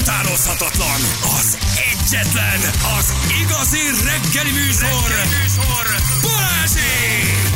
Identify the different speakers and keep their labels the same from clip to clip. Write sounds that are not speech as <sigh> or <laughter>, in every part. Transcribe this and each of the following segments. Speaker 1: utánozhatatlan, az egyetlen, az igazi reggeli műsor, reggeli műsor. Balázsék!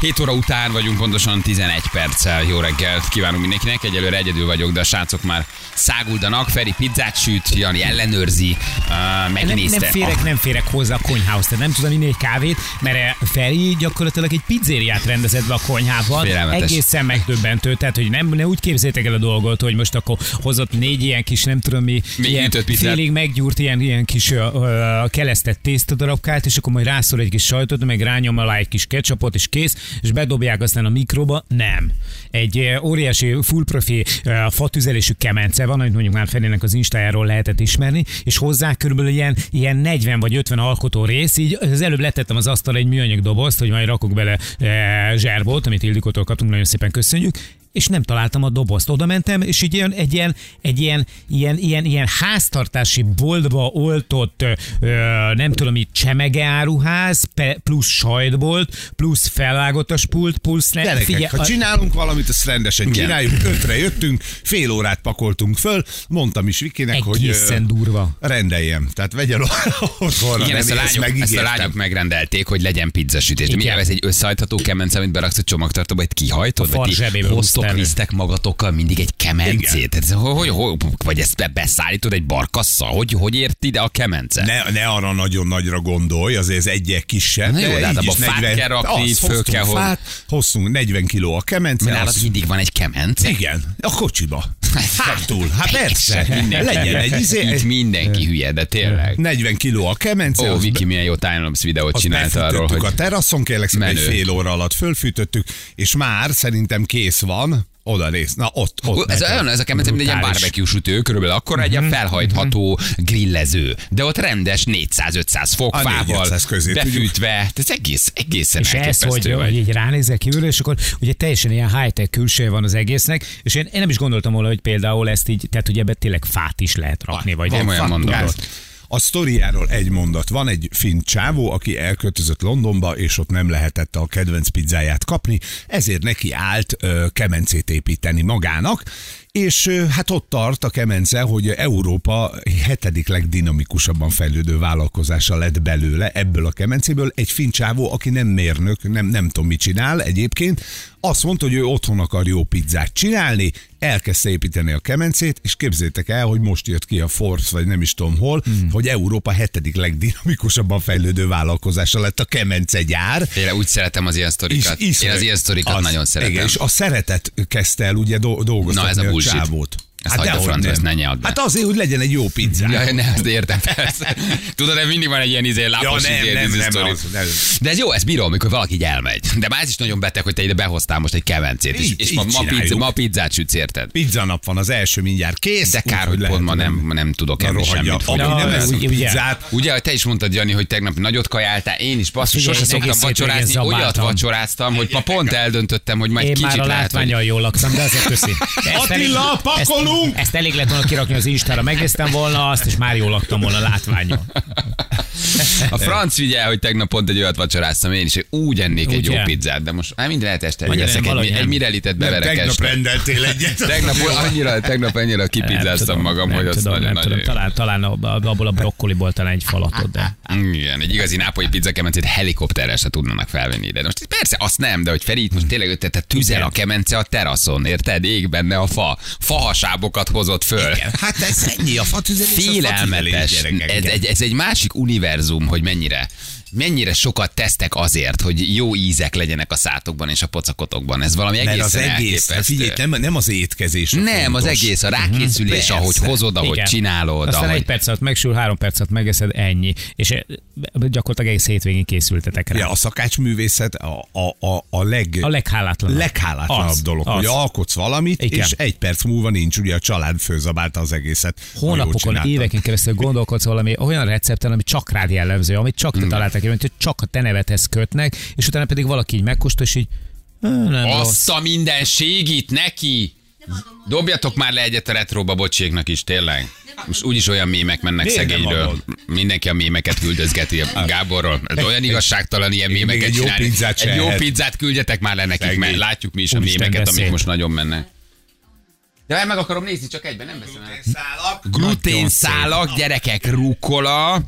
Speaker 2: 7 óra után vagyunk, pontosan 11 perccel. Jó reggelt kívánunk mindenkinek. Egyelőre egyedül vagyok, de a srácok már száguldanak. Feri pizzát süt, Jani ellenőrzi, uh,
Speaker 3: Nem,
Speaker 2: megnézte.
Speaker 3: nem, férek, nem férek hozzá a konyhához, tehát nem tudom inni egy kávét, mert eh, Feri gyakorlatilag egy pizzériát rendezett be a konyhában.
Speaker 2: Félelmetes.
Speaker 3: Egészen megdöbbentő, tehát hogy nem, ne úgy képzétek el a dolgot, hogy most akkor hozott négy ilyen kis, nem tudom mi,
Speaker 2: Még
Speaker 3: ilyen
Speaker 2: ütött pizzát.
Speaker 3: félig meggyúrt ilyen, ilyen kis ö, ö, kelesztett tésztadarabkát, és akkor majd rászol egy kis sajtot, meg rányom alá egy kis ketchupot, és kész, és bedobják aztán a mikroba. Nem. Egy ö, óriási full profi ö, fatüzelésű kemence van, amit mondjuk már Ferének az Instájáról lehetett ismerni, és hozzá körülbelül ilyen, ilyen 40 vagy 50 alkotó rész, így az előbb letettem az asztalra egy műanyag dobozt, hogy majd rakok bele e, zserbót, amit Ildikótól kaptunk, nagyon szépen köszönjük, és nem találtam a dobozt. Oda mentem, és így ilyen, egy ilyen, egy ilyen, ilyen, ilyen, ilyen háztartási boltba oltott, ö, ö, nem tudom, itt csemege áruház, pe- plusz sajtbolt, plusz felvágottas pult, plusz... Ne,
Speaker 4: Gyerekek, Figyel, ha
Speaker 3: a-
Speaker 4: csinálunk valamit, azt rendesen
Speaker 2: Igen.
Speaker 4: csináljuk. Ötre jöttünk, fél órát pakoltunk föl, mondtam is Vikinek, hogy ö,
Speaker 3: egészen durva.
Speaker 4: rendeljem. Tehát vegye <laughs> el otthonra.
Speaker 2: Igen,
Speaker 4: nem
Speaker 2: ezt a,
Speaker 4: élsz,
Speaker 2: lányok, ezt a
Speaker 4: megígértem.
Speaker 2: lányok megrendelték, hogy legyen pizzasütés. De
Speaker 3: Igen.
Speaker 2: mindjárt ez egy összehajtható kemence, amit beraksz a csomagtartóba, egy kihajtod,
Speaker 3: far
Speaker 2: vagy ti
Speaker 3: zsebébe húztál
Speaker 2: hoztok,
Speaker 3: elő.
Speaker 2: visztek magatokkal mindig egy kemencét. Tehát, ez hogy, hogy, hogy, vagy ezt be- beszállítod egy barkasszal? Hogy, hogy ért ide a kemence?
Speaker 4: Ne, ne arra nagyon nagyra gondolj, azért ez egyek kisebb.
Speaker 2: Na jó,
Speaker 4: de
Speaker 2: de hát
Speaker 4: így
Speaker 2: abba
Speaker 4: is
Speaker 2: fát kell rakni,
Speaker 4: Azt,
Speaker 2: föl
Speaker 4: hoztunk
Speaker 2: kell hol-
Speaker 4: fát, hoztunk 40 kiló a kemence.
Speaker 2: Nálad
Speaker 4: azt-
Speaker 2: mindig van egy kemence?
Speaker 4: Igen, a
Speaker 2: <laughs>
Speaker 4: kocsiba. Hátul, hát persze.
Speaker 2: Mindenki.
Speaker 4: Legyen egy izé,
Speaker 2: Itt mindenki hülye, de tényleg.
Speaker 4: 40 kiló a kemence,
Speaker 2: Ó,
Speaker 4: azt
Speaker 2: Viki milyen jó Time Lapse videót
Speaker 4: azt
Speaker 2: csinált arról,
Speaker 4: befűtöttük
Speaker 2: hogy...
Speaker 4: a teraszon, kérlek szépen egy
Speaker 2: Menő.
Speaker 4: fél óra alatt fölfűtöttük, és már szerintem kész van, oda rész. Na ott,
Speaker 2: Ó,
Speaker 4: ott Mhm.
Speaker 2: Ez
Speaker 4: neked.
Speaker 2: olyan, ez a kemence, mint egy ilyen
Speaker 3: Brutális.
Speaker 2: barbecue sütő, körülbelül akkor egy ilyen felhajtható grillező, de ott rendes 400-500 fok
Speaker 4: Mhm. A
Speaker 2: fával
Speaker 4: 400 közé tudjuk.
Speaker 2: befűtve, ez egész, egészen
Speaker 3: És ez, hogy,
Speaker 2: elképesztő
Speaker 3: hogy
Speaker 2: vagy.
Speaker 3: így ránézek kívülről, és akkor ugye teljesen ilyen high-tech külső van az egésznek, és én, én nem is gondoltam volna, hogy például ezt így, tehát ugye ebbe tényleg fát is lehet rakni, vagy
Speaker 2: van
Speaker 3: nem.
Speaker 2: olyan
Speaker 3: Fát
Speaker 2: mondat.
Speaker 3: tudod.
Speaker 4: A sztoriáról egy mondat. Van egy finn csávó, aki elköltözött Londonba, és ott nem lehetett a kedvenc pizzáját kapni, ezért neki állt ö, kemencét építeni magának, és ö, hát ott tart a kemence, hogy Európa hetedik legdinamikusabban fejlődő vállalkozása lett belőle ebből a kemencéből. Egy finn csávó, aki nem mérnök, nem, nem tudom mit csinál egyébként, azt mondta, hogy ő otthon akar jó pizzát csinálni, elkezdte építeni a kemencét, és képzétek el, hogy most jött ki a Forbes, vagy nem is tudom hol, hmm. hogy Európa hetedik legdinamikusabban fejlődő vállalkozása lett a kemencegyár.
Speaker 2: Én úgy szeretem az ilyen sztorikat.
Speaker 4: És
Speaker 2: Én az
Speaker 4: iszre-
Speaker 2: ilyen sztorikat
Speaker 4: az-
Speaker 2: nagyon szeretem.
Speaker 4: Igen, és a szeretet kezdte el ugye do- dolgoztatni
Speaker 2: Na, ez a bullshit.
Speaker 4: csávót. Hát
Speaker 2: Ezt hagyd a
Speaker 4: dehogy
Speaker 2: francba,
Speaker 4: nem.
Speaker 2: ezt ne nyeld be.
Speaker 4: Hát azért, hogy legyen egy jó pizza.
Speaker 2: Ja, ne, azt értem, persze. Tudod, de mindig van egy ilyen izé, lápos
Speaker 4: Ja, nem,
Speaker 2: izé,
Speaker 4: nem,
Speaker 2: izé
Speaker 4: nem,
Speaker 2: sztori.
Speaker 4: az, nem.
Speaker 2: De ez jó, ez bírom, mikor valaki így elmegy. De már ez is nagyon beteg, hogy te ide behoztál most egy kevencét, és,
Speaker 4: Így-
Speaker 2: és ma,
Speaker 4: így
Speaker 2: ma, pizza,
Speaker 4: csináljuk.
Speaker 2: ma pizzát sütsz, érted?
Speaker 4: Pizza nap van, az első mindjárt kész.
Speaker 2: De kár,
Speaker 4: úgyhogy
Speaker 2: hogy
Speaker 4: lehet,
Speaker 2: pont ma
Speaker 4: hogy
Speaker 2: nem, nem tudok
Speaker 4: Na,
Speaker 2: enni
Speaker 4: rohadja.
Speaker 2: semmit.
Speaker 4: Ami
Speaker 2: fogyni.
Speaker 3: Na,
Speaker 4: nem
Speaker 3: ez
Speaker 4: lesz a
Speaker 3: ugye-
Speaker 4: pizzát,
Speaker 2: Ugye te is mondtad, Jani, hogy tegnap nagyot kajáltál, én is basszus,
Speaker 3: Figyelj,
Speaker 2: sose szoktam
Speaker 3: egész hétvégén
Speaker 2: vacsorázni, olyat
Speaker 3: zabáltam.
Speaker 2: vacsoráztam, hogy ma pont eldöntöttem, hogy majd
Speaker 3: Én
Speaker 2: kicsit
Speaker 3: már a
Speaker 2: lehet, hogy...
Speaker 3: látványal jól laktam, de azért köszi. De ezt
Speaker 4: Attila, pakolunk!
Speaker 3: Ezt, ezt elég lett volna kirakni az Instára. Megnéztem volna azt, és már jól laktam volna látványa.
Speaker 2: A franc figyel, hogy tegnap pont egy olyat vacsoráztam én is, hogy úgy ennék egy jó
Speaker 3: Ugye?
Speaker 2: pizzát, de most hát minden lehet este
Speaker 3: Vagy
Speaker 2: leszek
Speaker 3: nem,
Speaker 2: egy,
Speaker 3: valahogy
Speaker 2: egy
Speaker 3: nem.
Speaker 2: mirelitet
Speaker 4: nem,
Speaker 2: beverek
Speaker 4: tegnap
Speaker 2: este.
Speaker 4: rendeltél egyet. <laughs>
Speaker 2: Tegnap annyira, tegnap annyira kipizzáztam magam,
Speaker 3: nem
Speaker 2: hogy azt
Speaker 3: tudom, nem
Speaker 2: nagyon-nagyon
Speaker 3: tudom. Talán, talán ab- abból a brokkoliból talán egy falatod, de...
Speaker 2: Igen, egy igazi nápolyi pizzakemencét helikopterrel se tudnának felvenni ide. Most persze azt nem, de hogy Feri itt most tényleg ötte, tehát tüzel a kemence a teraszon, érted? Ég benne a fa. Fahasábokat hozott föl.
Speaker 4: Hát ez ennyi a fatüzelés. az fatüzelés,
Speaker 2: Félelmetes.
Speaker 4: gyerekek.
Speaker 2: Ez egy, ez egy másik univerzum, hogy mennyire mennyire sokat tesztek azért, hogy jó ízek legyenek a szátokban és a pocakotokban. Ez valami
Speaker 4: Mert
Speaker 2: egészen
Speaker 4: az egész,
Speaker 2: elképesztő.
Speaker 4: hát figyelj, nem, nem az étkezés. a
Speaker 2: nem, az
Speaker 4: fontos.
Speaker 2: egész a rákészülés,
Speaker 4: Mhm.
Speaker 2: ahogy
Speaker 4: Persze.
Speaker 2: hozod, ahogy
Speaker 3: Igen.
Speaker 2: csinálod,
Speaker 3: Aztán
Speaker 2: ahogy...
Speaker 3: egy perc alatt megsül, három perc alatt megeszed, ennyi. És e, gyakorlatilag egész hétvégén készültetek rá.
Speaker 4: Ja, a szakácsművészet a, a, a, a, leg,
Speaker 3: A leghálátlanabb.
Speaker 4: leghálátlanabb
Speaker 3: Az,
Speaker 4: dolog,
Speaker 3: az.
Speaker 4: hogy alkotsz valamit,
Speaker 3: Igen.
Speaker 4: és egy perc múlva nincs, ugye a család főzabálta az egészet. ha jól
Speaker 3: hónapokon,
Speaker 4: csináltad.
Speaker 3: éveken keresztül gondolkodsz valami olyan recepten, ami csak rád jellemző, amit csak
Speaker 2: Hmm.
Speaker 3: te találtak ki, amit csak a te nevedhez kötnek, és utána pedig valaki így megkóstol, és így "Ö, nem rossz.
Speaker 2: Azt a minden ségít neki! Dobjatok már le egyet a retroba bocséknak is, tényleg. Most úgyis olyan mémek mennek
Speaker 4: Miért nem
Speaker 2: szegényről.
Speaker 4: adod? Hát,
Speaker 2: Mindenki a mémeket küldözgeti a Gáborról. Ez olyan igazságtalan ilyen mémeket
Speaker 4: egy jó
Speaker 2: csinálni.
Speaker 4: pizzát se
Speaker 2: Egy jó
Speaker 4: ehet.
Speaker 2: pizzát küldjetek már le nekik,
Speaker 4: Szegény.
Speaker 2: mert látjuk mi is a
Speaker 3: Úristen,
Speaker 2: mémeket,
Speaker 3: de
Speaker 2: amik
Speaker 3: szép.
Speaker 2: most nagyon mennek. De már meg akarom nézni, csak egyben nem veszem el.
Speaker 5: Szálak.
Speaker 2: Gluténszálak, gyerekek, rukola, um,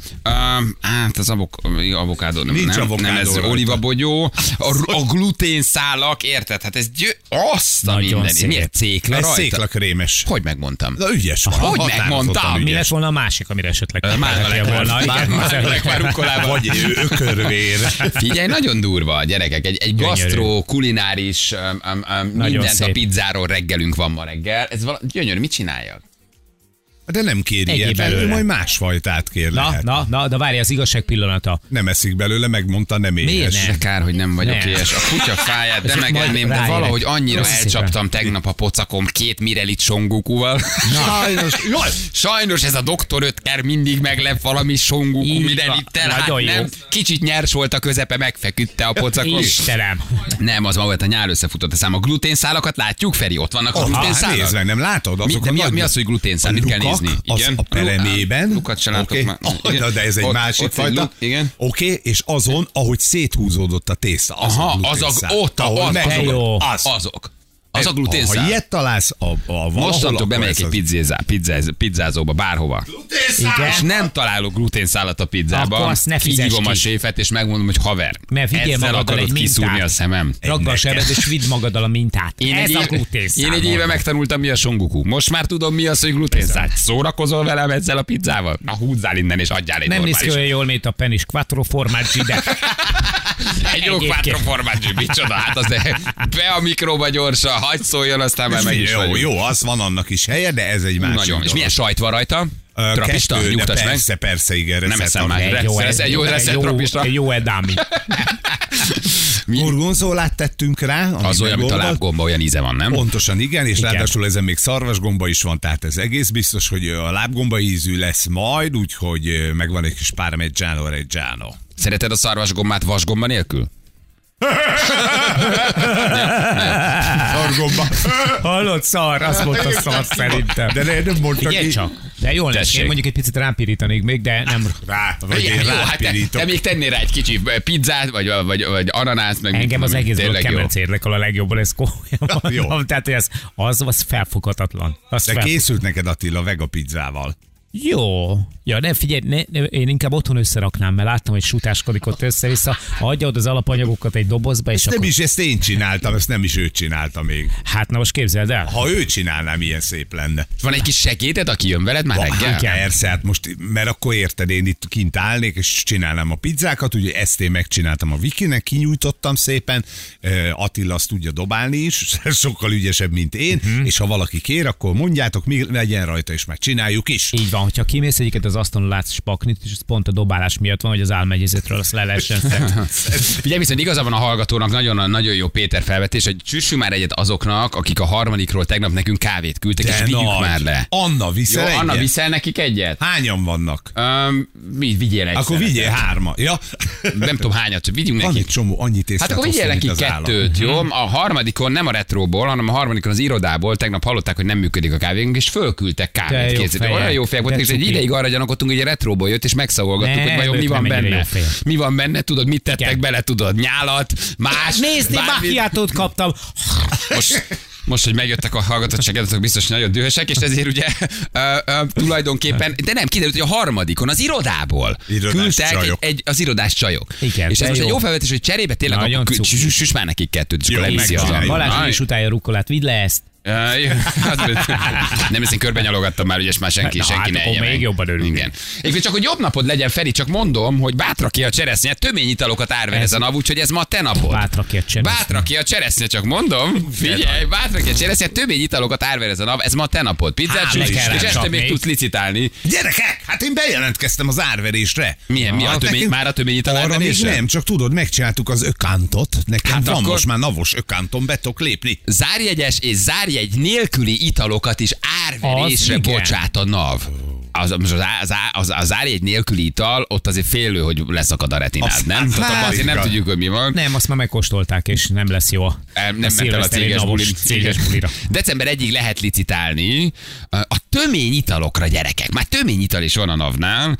Speaker 2: hát az avok, avokádó, nem,
Speaker 4: Nincs
Speaker 2: nem,
Speaker 4: avokádó
Speaker 2: nem ez
Speaker 4: rajta. Szóval-
Speaker 2: olivabogyó, a, ru- a gluténszálak, érted? Hát ez gyö, azt a
Speaker 3: Nagyon
Speaker 2: minden,
Speaker 3: szép.
Speaker 2: miért cékla
Speaker 4: Ez
Speaker 2: rajta?
Speaker 4: széklakrémes.
Speaker 2: Hogy megmondtam?
Speaker 4: Na, ügyes van.
Speaker 2: Hogy megmondtam?
Speaker 3: Mi
Speaker 4: Mi
Speaker 3: lett volna a másik, amire esetleg
Speaker 2: Már
Speaker 4: hát
Speaker 3: felvettél volna?
Speaker 2: már,
Speaker 3: Igen,
Speaker 2: már,
Speaker 3: az-
Speaker 2: már rukolában.
Speaker 4: Vagy ő ökörvér.
Speaker 2: Figyelj, nagyon durva a gyerekek. Egy, egy
Speaker 3: Gyönyörű.
Speaker 2: gasztró, kulináris, um, um, um, mindent
Speaker 3: szép.
Speaker 2: a pizzáról reggelünk van ma reggel. Ez vala, gyönyörű, mit csináljak?
Speaker 4: De nem kér
Speaker 3: Egyéb
Speaker 4: ilyet belőle.
Speaker 3: belőle.
Speaker 4: Majd másfajtát kér
Speaker 3: Na,
Speaker 4: lehet.
Speaker 3: na, na, de várj, az igazság pillanata.
Speaker 4: Nem eszik belőle, megmondta, nem
Speaker 3: Miért
Speaker 4: éhes.
Speaker 3: ne?
Speaker 2: De kár, hogy nem vagyok
Speaker 3: Nem.
Speaker 2: ilyes. A kutya fáját, de
Speaker 3: Ezek majd
Speaker 2: megenném, de
Speaker 3: ráérek.
Speaker 2: valahogy annyira
Speaker 3: Köszi szépen.
Speaker 2: elcsaptam tegnap a pocakom két mirelit songukúval.
Speaker 4: Sajnos. Jaj,
Speaker 2: Sajnos ez a doktor ötker mindig meglep valami songuku
Speaker 3: Így van.
Speaker 2: mirelittel. Hát
Speaker 3: Nagyon jó.
Speaker 2: nem, kicsit nyers volt a közepe, megfeküdte a pocakom.
Speaker 3: Istenem.
Speaker 2: Nem, az ma volt a nyár összefutott a szám. A gluténszálakat látjuk, Feri? Ott vannak a
Speaker 4: Aha, hát
Speaker 2: gluténszálak?
Speaker 4: nézd meg, nem látod?
Speaker 2: Mi,
Speaker 4: Azok
Speaker 2: de mi,
Speaker 4: a
Speaker 2: a,
Speaker 4: nagy-
Speaker 2: mi az, hogy gluténszál?
Speaker 4: a
Speaker 2: Mit kell
Speaker 4: lukak,
Speaker 2: nézni?
Speaker 4: az a peremében.
Speaker 2: Lukat se látok
Speaker 4: Oké.
Speaker 2: <laughs> már.
Speaker 4: Ah, Na, de ez egy
Speaker 2: Ott-
Speaker 4: másik
Speaker 2: ott egy
Speaker 4: fajta.
Speaker 2: luk- Igen.
Speaker 4: Oké, és azon, ahogy széthúzódott a tészta. Az
Speaker 2: Aha,
Speaker 4: a
Speaker 2: az a,
Speaker 4: gluténszál.
Speaker 2: ott, a,
Speaker 4: Ahol
Speaker 2: az,
Speaker 4: meg-
Speaker 3: de
Speaker 2: azok,
Speaker 3: jó.
Speaker 2: az, azok. Az a
Speaker 4: Ha
Speaker 2: gluténszál.
Speaker 4: ilyet találsz a, a valahol,
Speaker 2: Mostantól
Speaker 4: akkor
Speaker 2: bemegyek
Speaker 4: ez
Speaker 2: egy
Speaker 4: az-
Speaker 2: pizzézá, pizzáz, pizzázóba, bárhova.
Speaker 5: Gluténszálak.
Speaker 2: És nem találok gluténszálat a pizzába.
Speaker 3: Akkor azt ne fizes
Speaker 2: Kihívom
Speaker 3: ki.
Speaker 2: a séfet, és megmondom, hogy haver,
Speaker 3: Mert vigyél
Speaker 2: ezzel
Speaker 3: magaddal
Speaker 2: akarod
Speaker 3: egy
Speaker 2: kiszúrni
Speaker 3: mintát.
Speaker 2: a szemem.
Speaker 3: Ragd be a sebed, és vidd magaddal a mintát.
Speaker 2: Én
Speaker 3: Ez
Speaker 2: egy,
Speaker 3: a
Speaker 2: éve,
Speaker 3: gluténszám.
Speaker 2: én egy éve megtanultam, mi a songuku. Most már tudom, mi az, hogy gluténszál. Szórakozol velem ezzel a pizzával? Na húzzál innen, és adjál egy
Speaker 3: Nem néz ki
Speaker 2: normális.
Speaker 3: olyan jól, mint a penis quattro formaggi, de
Speaker 2: <laughs> Egy jó
Speaker 3: Egyébként.
Speaker 2: quattro formaggio, micsoda, hát az de be a mikróba gyorsan, hagyd szóljon, aztán már
Speaker 4: És
Speaker 2: meg is
Speaker 4: jó,
Speaker 2: vagyunk.
Speaker 4: jó, az van annak is helye, de ez egy másik
Speaker 2: Nagyon. És milyen sajt van rajta?
Speaker 4: Ö,
Speaker 2: Trapista?
Speaker 4: kettő, de
Speaker 2: Nyugtass meg.
Speaker 4: persze, persze, igen.
Speaker 2: Nem
Speaker 4: recept
Speaker 2: eszem
Speaker 4: van.
Speaker 2: már.
Speaker 3: egy jó,
Speaker 2: Ez egy jó recept,
Speaker 3: egy
Speaker 2: trapista.
Speaker 3: egy jó edámi.
Speaker 4: Gorgonzolát tettünk rá. ami
Speaker 2: Az olyan, mint a
Speaker 4: megoldat.
Speaker 2: lábgomba, olyan íze van, nem?
Speaker 4: Pontosan igen, és
Speaker 3: Igen.
Speaker 4: ráadásul ezen még szarvasgomba is van, tehát ez egész biztos, hogy a lábgomba ízű lesz majd, úgyhogy ö, megvan egy kis parmigiano reggiano.
Speaker 2: Szereted a szarvasgombát vasgomba nélkül?
Speaker 4: <laughs> Szargomba.
Speaker 3: Hallott szar,
Speaker 4: Hát
Speaker 3: azt mondta szar szerintem.
Speaker 4: De ne, nem mondta
Speaker 3: Figyelj
Speaker 4: ki.
Speaker 3: csak, de jól lesz,
Speaker 2: Tessék.
Speaker 3: én mondjuk egy picit rápirítanék még, de nem
Speaker 4: Rá, vagy
Speaker 2: Igen,
Speaker 4: én
Speaker 2: jó, hát te,
Speaker 4: rápirítok.
Speaker 2: te még tennél rá egy kicsi pizzát, vagy, vagy, vagy ananászt, meg mit
Speaker 3: Engem az
Speaker 2: tudom én,
Speaker 3: egészből a
Speaker 2: tényleg jó.
Speaker 3: kemenc érdekel a legjobban, ez komolyan
Speaker 4: <laughs> Jó.
Speaker 3: mondom. Tehát, hogy ez, az, az felfoghatatlan. Az
Speaker 4: De
Speaker 3: fel...
Speaker 4: készült neked Attila vega pizzával.
Speaker 3: Jó. Ja, ne, figyelj, ne, ne, én inkább otthon összeraknám, mert láttam, hogy sutáskodik ott össze-vissza. Adja oda az alapanyagokat egy dobozba, és
Speaker 4: Nem
Speaker 3: akkor...
Speaker 4: is, ezt én csináltam, ezt nem is ő csinálta még.
Speaker 3: Hát na most képzeld el.
Speaker 4: Ha ő csinálná, milyen szép lenne.
Speaker 2: Van egy kis segéded, aki jön veled már reggel?
Speaker 4: Igen. Persze, hát most, mert akkor érted, én itt kint állnék, és csinálnám a pizzákat, ugye ezt én megcsináltam a Wikinek, kinyújtottam szépen, Ö, Attila azt tudja dobálni is, <laughs> sokkal ügyesebb, mint én,
Speaker 2: Mhm.
Speaker 4: uh-huh. és ha valaki kér, akkor mondjátok, mi legyen rajta, és már csináljuk is.
Speaker 3: Így van, hogyha kimész egyiket az asztalon látsz spaknit, és ez pont a dobálás miatt van, hogy az álmegyézetről azt le lehessen
Speaker 4: <laughs>
Speaker 3: szedni.
Speaker 2: Figyelj, viszont igaza van a hallgatónak, nagyon, nagyon jó Péter felvetés, hogy csüssünk már egyet azoknak, akik a harmadikról tegnap nekünk kávét küldtek, és vigyük
Speaker 4: nagy.
Speaker 2: már le.
Speaker 4: Anna,
Speaker 2: Jó,
Speaker 4: viszel
Speaker 2: Anna,
Speaker 4: egyet?
Speaker 2: viszel nekik egyet?
Speaker 4: Hányan vannak?
Speaker 2: Um, mi, vigyél egy
Speaker 4: Akkor
Speaker 2: szeretet.
Speaker 4: vigyél hárma. Ja,
Speaker 2: Nem tudom hányat, vigyünk
Speaker 4: van
Speaker 2: nekik.
Speaker 4: egy csomó, annyit észre.
Speaker 2: Hát akkor vigyél neki kettőt, jó?
Speaker 3: Mhm.
Speaker 2: A harmadikon nem a retróból, hanem a harmadikon az irodából tegnap hallották, hogy nem működik a kávénk, és fölküldtek
Speaker 3: De
Speaker 2: kávét.
Speaker 3: jó
Speaker 2: Képzeld,
Speaker 3: fejek.
Speaker 2: olyan jó
Speaker 3: De
Speaker 2: fejek voltak, és egy
Speaker 3: cuki.
Speaker 2: ideig arra gyanakodtunk, hogy a retróból jött, és megszagolgattuk,
Speaker 3: Ne,
Speaker 2: hogy vajon mi
Speaker 3: ők
Speaker 2: van
Speaker 3: nem ennyire
Speaker 2: benne.
Speaker 3: jó fejek.
Speaker 2: Mi van benne, tudod, mit tettek
Speaker 3: Igen.
Speaker 2: bele, tudod, nyálat, más.
Speaker 3: Hát Nézd, én
Speaker 2: bármit.
Speaker 3: macchiatót kaptam.
Speaker 2: Most, most, hogy megjöttek a hallgatottság, azok biztos nagyon dühösek, és ezért ugye ö, ö, tulajdonképpen, de nem, kiderült, hogy a harmadikon az irodából
Speaker 4: Irodás
Speaker 2: küldtek
Speaker 4: csajok.
Speaker 2: Egy, az irodás csajok.
Speaker 3: Igen,
Speaker 2: és
Speaker 3: de
Speaker 2: ez most
Speaker 3: jó.
Speaker 2: egy jó felvetés, hogy cserébe tényleg
Speaker 3: Nagyon
Speaker 2: akkor
Speaker 3: cuki.
Speaker 2: küld- süss már nekik kettőt, és
Speaker 4: Jó,
Speaker 2: akkor leviszi az
Speaker 4: megcsináljuk.
Speaker 2: Aj.
Speaker 3: Balázs is utálja a rukkolát, vidd le ezt.
Speaker 2: Ö, jó, az- Nem, ezt én körben nyalogattam már, ugye ezt már senki,
Speaker 3: Na,
Speaker 2: senki
Speaker 3: hát
Speaker 2: ne
Speaker 3: akkor
Speaker 2: egye
Speaker 3: még
Speaker 2: meg.
Speaker 3: jobban örülünk.
Speaker 2: Igen. Egyébként csak, hogy jobb napod legyen, Feri, csak mondom, hogy bátra ki a cseresznye, töményitalokat árver ez a nap, úgyhogy ez ma a te napod.
Speaker 3: Bátra ki a cseresznye.
Speaker 2: Bátra ki a cseresznye, csak mondom. Figyelj, bátra ki a cseresznye, töményitalokat árver ez a nap, ez ma a te napod. Pizzát
Speaker 3: Hála
Speaker 2: sütsz,
Speaker 3: Istennek,
Speaker 2: és este
Speaker 3: csak
Speaker 2: még
Speaker 3: még.
Speaker 2: tudsz licitálni.
Speaker 4: Gyerekek, hát én bejelentkeztem az árverésre.
Speaker 2: Milyen, mi a
Speaker 4: Hát
Speaker 2: tömény,
Speaker 4: nekünk-
Speaker 2: már a töményital
Speaker 4: Arra még
Speaker 2: árverésre?
Speaker 4: nem, csak tudod, megcsináltuk az ökántot.
Speaker 2: Hát
Speaker 4: Nekem hát van
Speaker 2: akkor-
Speaker 4: akkor... most már navos ökántom, betok lépni.
Speaker 2: Zárjegyes és zárjegy nélküli italokat is árverésre
Speaker 3: Az igen.
Speaker 2: bocsát a NAV. az, az, az, az, az, az árjegy nélküli ital, ott azért félő, hogy leszakad a retinád,
Speaker 4: Azt-
Speaker 2: nem? Tehát abban
Speaker 4: hát,
Speaker 2: azért nem
Speaker 4: igen.
Speaker 2: tudjuk, hogy mi van.
Speaker 3: Nem, azt már megkóstolták, és nem lesz jó. a-
Speaker 2: Nem ment el a
Speaker 3: szilveszteri
Speaker 2: céges,
Speaker 3: napos
Speaker 2: buli,
Speaker 3: céges bulira.
Speaker 2: December 1-ig lehet licitálni a töményitalokra, gyerekek. Már töményital is van a navnál.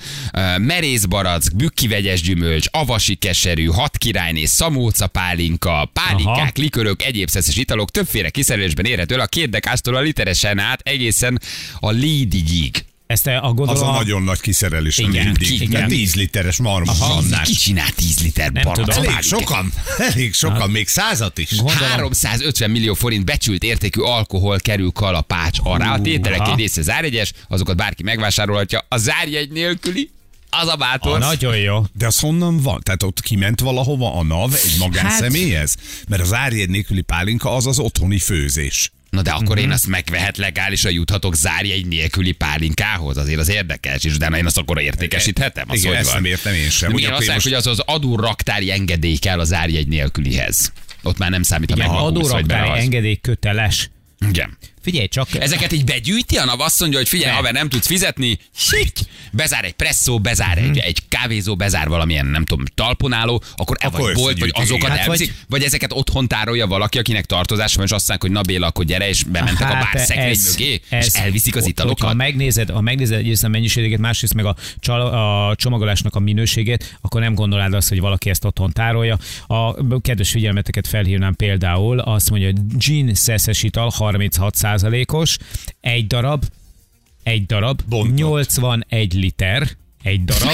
Speaker 2: Merészbarack, bükkivegyes gyümölcs, avasi keserű, hat királyné, szamóca pálinka, pálinkák,
Speaker 3: Aha.
Speaker 2: likörök, egyéb szeszes italok többféle kiszerelésben érhető el a két dekástól a literesen át egészen a lédigig.
Speaker 3: Ezt a
Speaker 4: Az
Speaker 3: gondolom,
Speaker 4: a nagyon nagy kiszerelés, ami
Speaker 3: Igen,
Speaker 4: mindig.
Speaker 3: igen.
Speaker 4: Igen. 10 literes marmazannás.
Speaker 2: Ki csinál 10 liter
Speaker 3: Nem
Speaker 2: barack
Speaker 3: tudom.
Speaker 4: Elég
Speaker 2: pálinkát?
Speaker 4: sokan, <laughs> elég
Speaker 2: Hát.
Speaker 4: sokan, még százat is. Hát,
Speaker 3: Gondolom.
Speaker 2: 350 millió forint becsült értékű alkohol kerül kalapács arra. A tételek
Speaker 3: Húha.
Speaker 2: egy része zárjegyes, azokat bárki megvásárolhatja. A zárjegy nélküli az a
Speaker 3: a
Speaker 2: bátor.
Speaker 3: nagyon jó.
Speaker 4: De az honnan van? Tehát ott kiment valahova a NAV egy magánszemélyhez?
Speaker 2: Hát-
Speaker 4: Mert az árjed nélküli pálinka az az otthoni főzés.
Speaker 2: Na de
Speaker 4: Mhm.
Speaker 2: akkor én azt megvehet legálisan juthatok zárjegy nélküli pálinkához. Azért az érdekes, és utána én azt akkor értékesíthetem. Az
Speaker 4: Igen,
Speaker 2: hogy
Speaker 4: ezt
Speaker 2: van?
Speaker 4: nem értem én sem.
Speaker 2: Nem,
Speaker 4: hogy
Speaker 2: igen, azt
Speaker 4: akkor én
Speaker 2: mondják, hogy az az adóraktári engedély kell az árjegy nélkülihez. Ott már nem számít, ha
Speaker 3: Igen,
Speaker 2: megvakulsz, vagy bele
Speaker 3: adóraktári
Speaker 2: az.
Speaker 3: engedély köteles.
Speaker 2: Igen.
Speaker 3: Figyelj csak,
Speaker 2: Ezeket így begyűjti, a NAV azt mondja, hogy figyelj,
Speaker 3: Nem.
Speaker 2: haver, nem tudsz fizetni, Sik! bezár egy presszó, bezár
Speaker 3: Mhm.
Speaker 2: egy, egy kávézó, bezár valamilyen, nem tudom, talponáló, akkor e
Speaker 4: Akkor
Speaker 2: vagy bolt, vagy
Speaker 4: összegyűjti,
Speaker 2: azokat
Speaker 4: igen.
Speaker 2: hát
Speaker 3: Hát
Speaker 2: vagy...
Speaker 3: vagy-
Speaker 2: vagy ezeket otthon tárolja valaki, akinek tartozás van, és azt mondják, hogy na Béla, akkor gyere, és bementek a bár szekrény mögé, és elviszik az
Speaker 3: Hát ott- hogyha
Speaker 2: italokat.
Speaker 3: megnézed, ha megnézed egyrészt a mennyiséget, másrészt meg a, csal, a csomagolásnak a minőségét, akkor nem gondolnád azt, hogy valaki ezt otthon tárolja. A kedves figyelmeteket felhívnám például, azt mondja, hogy gin szeszes ital 36%-os, egy darab, egy darab,
Speaker 4: Bontot.
Speaker 3: 81 liter, egy darab,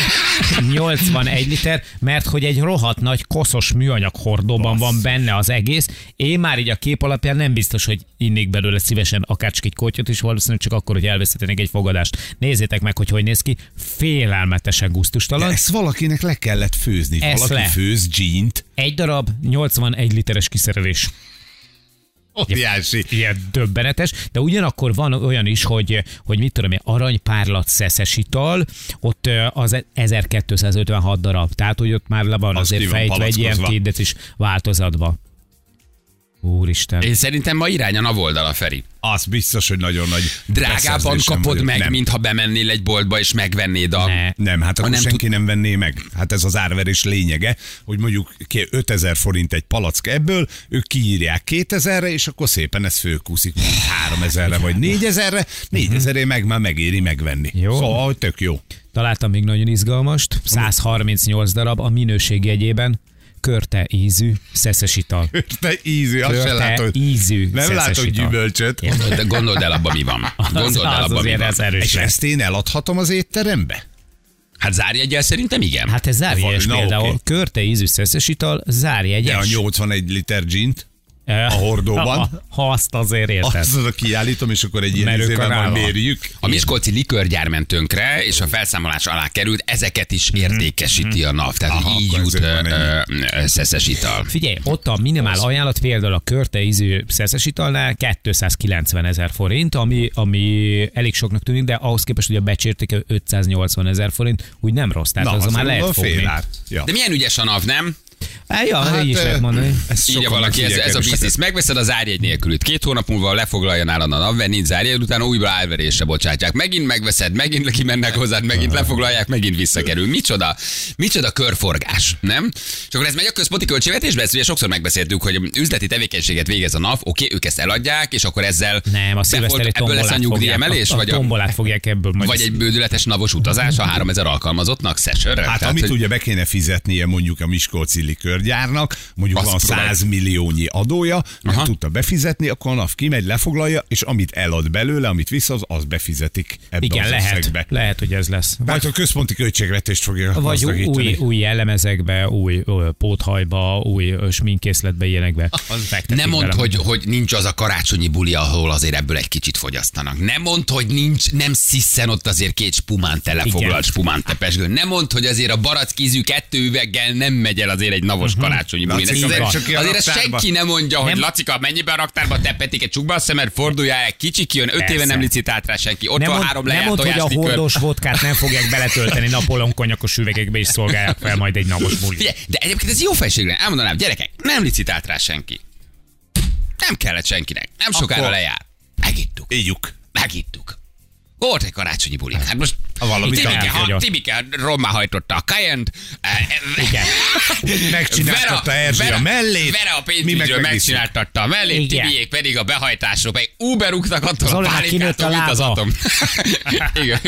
Speaker 3: 81 liter, mert hogy egy rohadt nagy koszos műanyag hordóban van benne az egész. Én már így a kép alapján nem biztos, hogy innék belőle szívesen akárcsak egy kortyot is, valószínűleg csak akkor, hogy elveszítenék egy fogadást. Nézzétek meg, hogy hogy néz ki, félelmetesen
Speaker 4: De
Speaker 3: gusztustalan.
Speaker 4: ezt valakinek le kellett főzni.
Speaker 3: Ezt
Speaker 4: Valaki
Speaker 3: le.
Speaker 4: főz dzsínt.
Speaker 3: Egy darab, 81 literes kiszerelés.
Speaker 4: Óriási.
Speaker 3: ilyen döbbenetes, de ugyanakkor van olyan is, hogy, hogy mit tudom én, aranypárlat szeszes ital, ott ö, az 1256 darab, tehát hogy ott már le van
Speaker 4: Az
Speaker 3: azért
Speaker 4: ki van
Speaker 3: fejtve egy ilyen
Speaker 4: palackozva.
Speaker 3: két is változatba. Úristen.
Speaker 2: Én szerintem ma irány a NAV oldala, Feri.
Speaker 4: Az biztos, hogy nagyon nagy
Speaker 2: Drágában
Speaker 4: beszerzésem
Speaker 2: kapod
Speaker 4: vagyok.
Speaker 2: meg,
Speaker 4: nem.
Speaker 2: mintha bemennél egy boltba, és megvennéd a...
Speaker 3: Ne.
Speaker 4: Nem, hát akkor
Speaker 2: nem
Speaker 4: nem senki tud... nem venné meg. Hát ez az árverés lényege, hogy mondjuk ki- 5000 forint egy palack ebből, ők kiírják 2000-re, és akkor szépen ez főkúszik mondjuk 3000-re vagy 4000-re, 4000-re meg már megéri megvenni.
Speaker 3: Jó.
Speaker 4: Szóval, hogy tök jó.
Speaker 3: Találtam még nagyon izgalmast, 138 darab a minőség jegyében, körte ízű szeszes ital.
Speaker 4: Te ízű, azt
Speaker 3: Körte
Speaker 4: sem látod.
Speaker 3: ízű
Speaker 4: Nem
Speaker 3: szeszes
Speaker 4: látok
Speaker 3: ital.
Speaker 4: gyümölcsöt.
Speaker 3: Igen.
Speaker 2: De gondold el abba, mi van.
Speaker 3: <laughs> Az,
Speaker 2: Gondold el
Speaker 3: az
Speaker 2: abba, mi
Speaker 3: azért
Speaker 2: van.
Speaker 3: ez erős.
Speaker 4: És
Speaker 3: lesz.
Speaker 4: ezt én eladhatom az étterembe?
Speaker 2: Hát zárjegyel szerintem igen.
Speaker 3: Hát ez zárjegyes
Speaker 4: Na,
Speaker 3: például.
Speaker 4: oké.
Speaker 3: Körte ízű szeszes ital,
Speaker 4: De a
Speaker 3: zárjegyes.
Speaker 4: 81 liter gint,
Speaker 3: Ö,
Speaker 4: a hordóban?
Speaker 3: Eh? Ha azt azért érted.
Speaker 4: azt oda kiállítom, és akkor egy ilyen
Speaker 3: Merő
Speaker 4: izével majd
Speaker 3: kanállal.
Speaker 4: mérjük.
Speaker 2: A Miskolci likörgyár ment tönkre, és a felszámolás alá került, ezeket is értékesíti a NAV. Tehát
Speaker 4: Mhm. Aha,
Speaker 2: így
Speaker 4: akkor
Speaker 2: jut
Speaker 4: ezért van
Speaker 2: ö, ö, szeszes ital.
Speaker 3: Figyelj, ott a minimál ajánlat például a körte ízű szeszes italnál 290 ezer forint, ami, ami elég soknak tűnik, de ahhoz képest, hogy a becsértéke 580 ezer forint, úgy nem rossz. Tehát Na, azon már lehet fogni.
Speaker 4: fél ár. Hát, Ja.
Speaker 2: De milyen ügyes a NAV, nem?
Speaker 3: Hát, ja, hát, így is
Speaker 4: ö,
Speaker 3: lehet mondani.
Speaker 4: ezt sokan
Speaker 2: Írja valaki, ez, ez a
Speaker 4: megfigyelkednek.
Speaker 2: biznisz. Megveszed az árjegy nélkülüt. Két hónap múlva lefoglalja nálad a NAV, mert nincs árjegy, utána újra árverésre bocsátják. Megint megveszed, megint kimennek hozzád, megint lefoglalják, megint visszakerül. Micsoda, micsoda körforgás, nem? És akkor ez megy a központi költségvetésbe, ezt ugye sokszor megbeszéltük, hogy üzleti tevékenységet végez a NAV, oké, ők ezt eladják, és akkor ezzel
Speaker 3: Nem, a
Speaker 2: befolt-
Speaker 3: szilveszteri
Speaker 2: ebből lesz a
Speaker 3: tombolát fogják.
Speaker 2: nyugdíjemelés,
Speaker 3: a, a
Speaker 2: vagy a
Speaker 3: tombolát fogják ebből majd.
Speaker 2: Vagy egy bődületes navos utazás a 3000 alkalmazottnak, Sesörre?
Speaker 4: Hát Tehát, amit hogy... ugye be kéne fizetnie mondjuk a Miskolci likörgyárnak, mondjuk
Speaker 2: Azt
Speaker 4: van
Speaker 2: próbálj-
Speaker 4: 100 milliónyi adója, nem
Speaker 2: Aha.
Speaker 4: tudta befizetni, akkor a NAV kimegy, lefoglalja, és amit elad belőle, amit visszahoz, azt befizetik ebbe
Speaker 3: <laughs> Igen,
Speaker 4: az
Speaker 3: lehet.
Speaker 4: összegbe.
Speaker 3: Lehet, hogy ez lesz.
Speaker 4: Tehát a központi költségvetést fogja
Speaker 3: Vagy új, új jellemezekbe, új ö, póthajba, új ö, sminkkészletbe, ilyenekbe.
Speaker 2: ne
Speaker 3: Fektetik
Speaker 2: mondd,
Speaker 3: velem.
Speaker 2: hogy, hogy nincs az a karácsonyi buli, ahol azért ebből egy kicsit fogyasztanak. Ne mondd, hogy nincs, nem sziszen ott azért két spumán telefoglalt
Speaker 3: Igen.
Speaker 2: spumán tepesgő. Ne mondd, hogy azért a barackízű kettő üveggel nem megy el azért egy navos karácsonyi buli.
Speaker 4: Laci,
Speaker 2: azért,
Speaker 4: így van.
Speaker 2: Mhm. azért, azért ezt
Speaker 4: Raktárba.
Speaker 2: senki nem mondja, hogy
Speaker 3: Nem.
Speaker 2: Lacika, mennyiben a raktárba tepetik egy csukba a szemed, fordulja el, kicsi kijön, öt
Speaker 3: Persze.
Speaker 2: éve nem licitált rá senki. Ott
Speaker 3: Nem
Speaker 2: van
Speaker 3: mond,
Speaker 2: három
Speaker 3: nem
Speaker 2: lejár
Speaker 3: mond, hogy
Speaker 2: tojás,
Speaker 3: a
Speaker 2: likőr.
Speaker 3: hordos vodkát nem fogják beletölteni napolon konyakos üvegekbe, és szolgálják fel majd egy napos buli.
Speaker 2: Figyelj, de egyébként ez jó fejségre. Elmondanám, gyerekek, nem licitált rá senki. Nem kellett senkinek. Nem sokára
Speaker 4: Akkor-
Speaker 2: lejár. Megittuk.
Speaker 4: Ígyuk.
Speaker 2: Megittuk. Volt egy karácsonyi buli. Hát most
Speaker 4: Valami
Speaker 2: Tibike,
Speaker 4: tanárfogyott.
Speaker 2: ha, Tibike rommá hajtotta a Cayenne-t. <laughs> Igen.
Speaker 4: Megcsináltatta Erzsi a mellét,
Speaker 2: Vera a
Speaker 4: mi meg
Speaker 2: pénzügyről
Speaker 4: megisszuk.
Speaker 2: megcsináltatta a mellét,
Speaker 3: Igen.
Speaker 2: Tibiék pedig a behajtásról, pedig úberúgtak attól a
Speaker 3: Zolinak kinőtt a
Speaker 2: pálinkától, mint az
Speaker 3: lába.
Speaker 2: atom. <laughs> Igen.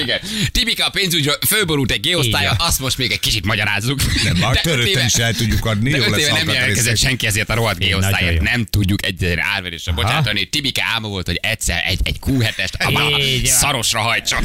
Speaker 2: Igen. Tibike a pénzügyről fölborult egy géosztálya,
Speaker 3: Igen.
Speaker 2: azt most még egy kicsit magyarázzuk.
Speaker 4: De már
Speaker 2: öt
Speaker 4: törötten
Speaker 2: éve-
Speaker 4: is el tudjuk adni,
Speaker 2: de
Speaker 4: jó
Speaker 2: öt
Speaker 4: lesz
Speaker 2: éve nem
Speaker 4: hallgatni
Speaker 2: jelentkezett
Speaker 4: részét.
Speaker 2: senki ezért a rohadt géosztályért.
Speaker 3: nagyon jó.
Speaker 2: Nem tudjuk egyre árverésre bocsátani. Tibike álma volt, hogy egyszer egy, egy Q7-est a bá-
Speaker 3: Így van.
Speaker 2: szarosra hajtson.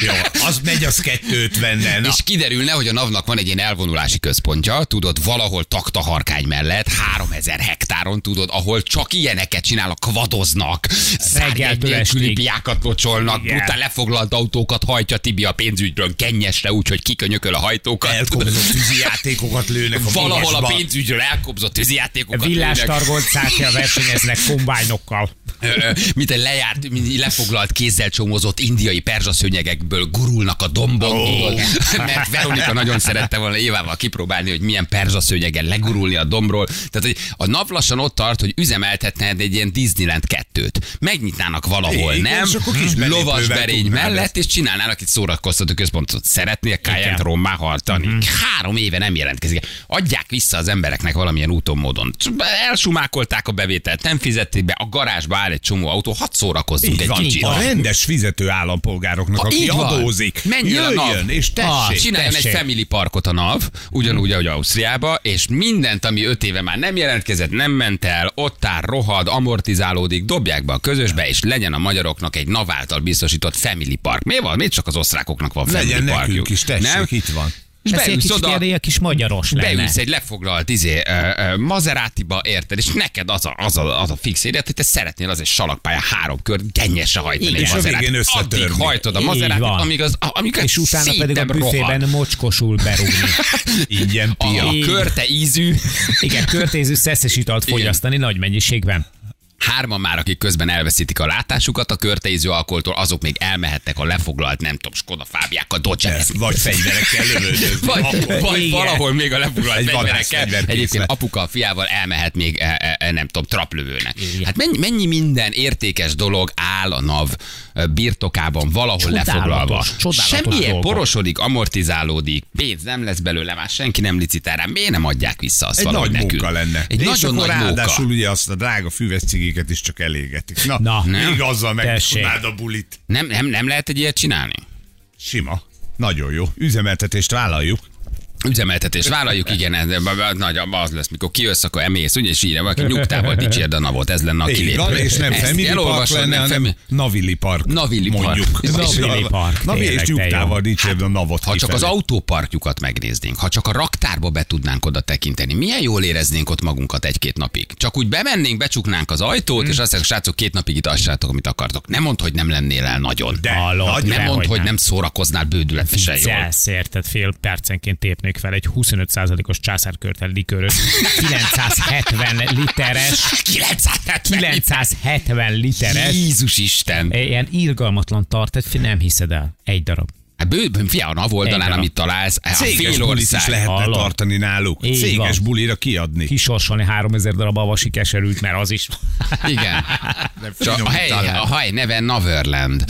Speaker 4: Jó, az megy az 250-nel.
Speaker 2: És kiderülne, hogy a NAV-nak van egy ilyen elvonulási központja, tudod, valahol Taktaharkány mellett, 3000 hektáron, tudod, ahol csak ilyeneket csinálnak, kvadoznak,
Speaker 3: Reggeltől
Speaker 2: nélküli
Speaker 3: estig.
Speaker 2: piákat locsolnak,
Speaker 4: Igen.
Speaker 2: brutál lefoglalt autókat hajtja Tibi a pénzügyről kennyesre, úgyhogy kikönyököl a hajtókat. tudod.
Speaker 4: Elkobzott
Speaker 2: <laughs>
Speaker 4: tűzijátékokat lőnek a
Speaker 2: Valahol a
Speaker 4: magasba.
Speaker 2: pénzügyről elkobzott tűzijátékokat.
Speaker 3: Villás
Speaker 2: lőnek.
Speaker 3: targoncákja versenyeznek kombájnokkal.
Speaker 2: Ö, ö, mint egy lejárt, mint egy lefoglalt kézzel csomózott indiai perzsaszőnyegekből gurulnak a dombok. Oh. <laughs> Mert Veronika nagyon szerette volna Évával kipróbálni, hogy milyen perzsaszőnyegen legurulni a dombról. Tehát hogy a nap lassan ott tart, hogy üzemeltetnéd egy ilyen Disneyland kettőt. Megnyitnának valahol,
Speaker 4: Igen,
Speaker 2: nem?
Speaker 4: és akkor kis belépővel
Speaker 2: Lovasberény
Speaker 4: tudnád
Speaker 2: mellett, és csinálnának itt szórakoztató központot. Szeretnél Káját rommá haltani?
Speaker 4: Mhm.
Speaker 2: Három éve nem jelentkezik. Adják vissza az embereknek valamilyen úton, módon. Elsumákolták a bevételt, nem fizették be, a garázsba áll egy csomó autó, hadd szórakozzunk
Speaker 4: Így
Speaker 2: egy
Speaker 4: van,
Speaker 2: kicsit.
Speaker 4: a rendes fizető állampolgároknak,
Speaker 2: Ha
Speaker 4: aki
Speaker 2: így van,
Speaker 4: adózik,
Speaker 2: menjél a
Speaker 4: jöjjön,
Speaker 2: NAV.
Speaker 4: és
Speaker 2: Ah,
Speaker 4: tessék.
Speaker 2: Csináljon
Speaker 3: tessék.
Speaker 2: egy family parkot a NAV, ugyanúgy, ahogy Ausztriába, és mindent, ami öt éve már nem jelentkezett, nem ment el, ott áll, rohad, amortizálódik, dobják be a közösbe, és legyen a magyaroknak egy NAV által biztosított family park. Mi van? Miért csak az osztrákoknak van family
Speaker 4: Legyen
Speaker 2: parkjuk?
Speaker 4: nekünk is, tessék,
Speaker 2: Nem?
Speaker 4: itt van.
Speaker 2: És
Speaker 3: Ez egy
Speaker 2: beülsz
Speaker 3: kis
Speaker 2: oda,
Speaker 3: kérdéje, kis magyaros lenne.
Speaker 2: beülsz egy lefoglalt izé, ö, ö, Maseratiba, érted, és neked az a, az a, az a fix élet, hogy te szeretnél az egy salakpályán három kör gennyesre hajtani egy
Speaker 4: És a végén
Speaker 2: Maseratit. Addig
Speaker 4: összetörni.
Speaker 2: hajtod a
Speaker 3: Így
Speaker 2: Maseratit,
Speaker 3: van.
Speaker 2: amíg az, amíg az
Speaker 3: és utána pedig a
Speaker 2: szépen rohad.
Speaker 3: büfében mocskosul berúgni.
Speaker 4: Ingyen pia.
Speaker 2: A
Speaker 3: Így.
Speaker 2: körte ízű.
Speaker 3: <laughs>
Speaker 2: <laughs>
Speaker 3: Igen, körtézű szeszes italt
Speaker 2: Igen.
Speaker 3: fogyasztani nagy mennyiségben.
Speaker 2: Hárman már, akik közben elveszítik a látásukat a körteízű alkoholtól, azok még elmehetnek a lefoglalt, nem tudom, Skoda Fábiák, a dodge
Speaker 4: Vagy fegyverekkel lövődők.
Speaker 2: Vagy, vagy
Speaker 3: Igen.
Speaker 2: valahol még a lefoglalt
Speaker 4: Egy
Speaker 2: fegyverekkel.
Speaker 4: vadászfegyverkészlet.
Speaker 2: Egyébként apuka a fiával elmehet még, e, e, e, nem tudom, traplövőnek. Hát mennyi, mennyi minden értékes dolog áll a NAV e, birtokában, valahol
Speaker 3: Csodálatos,
Speaker 2: lefoglalva.
Speaker 3: csodálatos
Speaker 2: Semmilyen
Speaker 3: dolgok.
Speaker 2: porosodik, amortizálódik, pénz nem lesz belőle, már senki nem licitál rá. Miért nem adják vissza azt
Speaker 4: Egy
Speaker 2: valahogy
Speaker 4: nagy
Speaker 2: Szóval, nekünk?
Speaker 4: munka lenne.
Speaker 2: Egy
Speaker 4: és
Speaker 2: nagyon
Speaker 4: akkor
Speaker 2: nagy munka.
Speaker 4: ráadásul ugye azt a drága füves cigiket is csak elégetik. Na,
Speaker 3: Na.
Speaker 4: még azzal meg
Speaker 3: Tessék.
Speaker 4: tudnád a bulit.
Speaker 2: Nem, nem, nem lehet egy ilyet csinálni?
Speaker 4: Sima. Nagyon jó. Üzemeltetést vállaljuk.
Speaker 2: Üzemeltetés vállaljuk, igen, ez, b- b- nagy, az lesz, mikor kijössz, akkor emész, ugye, és így valaki nyugtával dicsérd a navot, ez lenne a
Speaker 4: Így
Speaker 2: kilépő.
Speaker 4: van, és nem
Speaker 2: Ezt
Speaker 4: Family Park
Speaker 2: elolvasod,
Speaker 4: lenne,
Speaker 2: nem
Speaker 4: hanem
Speaker 2: femi-
Speaker 4: Navili Park.
Speaker 2: Navili Park.
Speaker 4: mondjuk.
Speaker 2: Ez
Speaker 3: Navili Park,
Speaker 4: Navi és
Speaker 3: tényleg, de jó.
Speaker 4: nyugtával dicsérd a navot
Speaker 2: Hát, Ha csak az
Speaker 4: kifelé.
Speaker 2: autóparkjukat megnéznénk, ha csak a raktárba be tudnánk oda tekinteni, milyen jól éreznénk ott magunkat egy-két napig. Csak úgy bemennénk, becsuknánk az ajtót,
Speaker 4: Hmm.
Speaker 2: és azt mondjuk, srácok, két napig itt assátok, amit akartok. Nem mondd, hogy nem lennél el nagyon.
Speaker 4: De,
Speaker 3: Hallott,
Speaker 4: nagy
Speaker 2: nem
Speaker 3: dehogy
Speaker 2: mondd, hogy
Speaker 3: nem.
Speaker 2: nem szórakoznál bődületesen jól.
Speaker 3: Viccelsz, érted? Fél percenként tépnék fel egy 25%-os császárkörtel
Speaker 2: <laughs>
Speaker 3: likörös, 970 literes,
Speaker 2: 970
Speaker 3: 970 literes,
Speaker 2: Jézus Isten!
Speaker 3: ilyen irgalmatlan tart, egy nem hiszed el. Egy darab.
Speaker 2: Hát bőven, fia, a NAV
Speaker 3: Egy
Speaker 2: oldalán,
Speaker 3: darab.
Speaker 2: amit találsz, hát a
Speaker 4: Céges
Speaker 2: fél
Speaker 4: bulit
Speaker 2: ország.
Speaker 4: is lehetne
Speaker 3: Hallom.
Speaker 4: tartani náluk.
Speaker 3: Így
Speaker 4: Céges
Speaker 3: van.
Speaker 4: bulira kiadni.
Speaker 3: Kisorsolni 3000 darab avasi keserült, mert az is.
Speaker 4: <laughs>
Speaker 2: Igen. Csak a,
Speaker 4: finom
Speaker 2: hely,
Speaker 4: talán.
Speaker 2: a hely neve Naverland.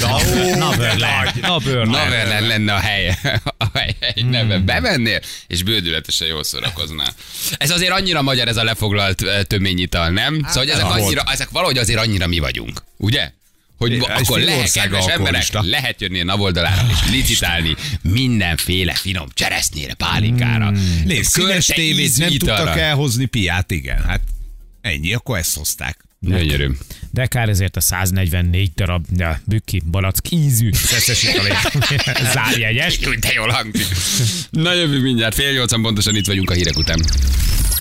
Speaker 3: Naverland. Naverland.
Speaker 2: Naverland lenne a hely, a hely hely neve.
Speaker 4: Hmm.
Speaker 2: Bemennél, és bődületesen jól szórakoznál. Ez azért annyira magyar ez a lefoglalt ö, töményital, nem?
Speaker 4: Hát,
Speaker 2: Szóval hogy ezek,
Speaker 4: ahogy.
Speaker 2: annyira, ezek valahogy azért annyira mi vagyunk, ugye? Hogy
Speaker 4: É,
Speaker 2: ma-
Speaker 4: és
Speaker 2: akkor lehet
Speaker 4: Finnország
Speaker 2: kedves emberek,
Speaker 4: alkoholista.
Speaker 2: lehet jönni a navoldalára és licitálni mindenféle finom cseresznyére, pálinkára. Mm.
Speaker 4: Nézd, színes tévét nem tudtak elhozni piát, igen. Hát ennyi, akkor ezt hozták.
Speaker 2: Gyönyörű.
Speaker 3: De kár ezért a 144 darab ja, bükki, balack, ízű, szeszes italét. Zárjegyes.
Speaker 2: Úgy, de jól hangzik. Na jövünk mindjárt, fél nyolcan pontosan itt vagyunk a hírek után.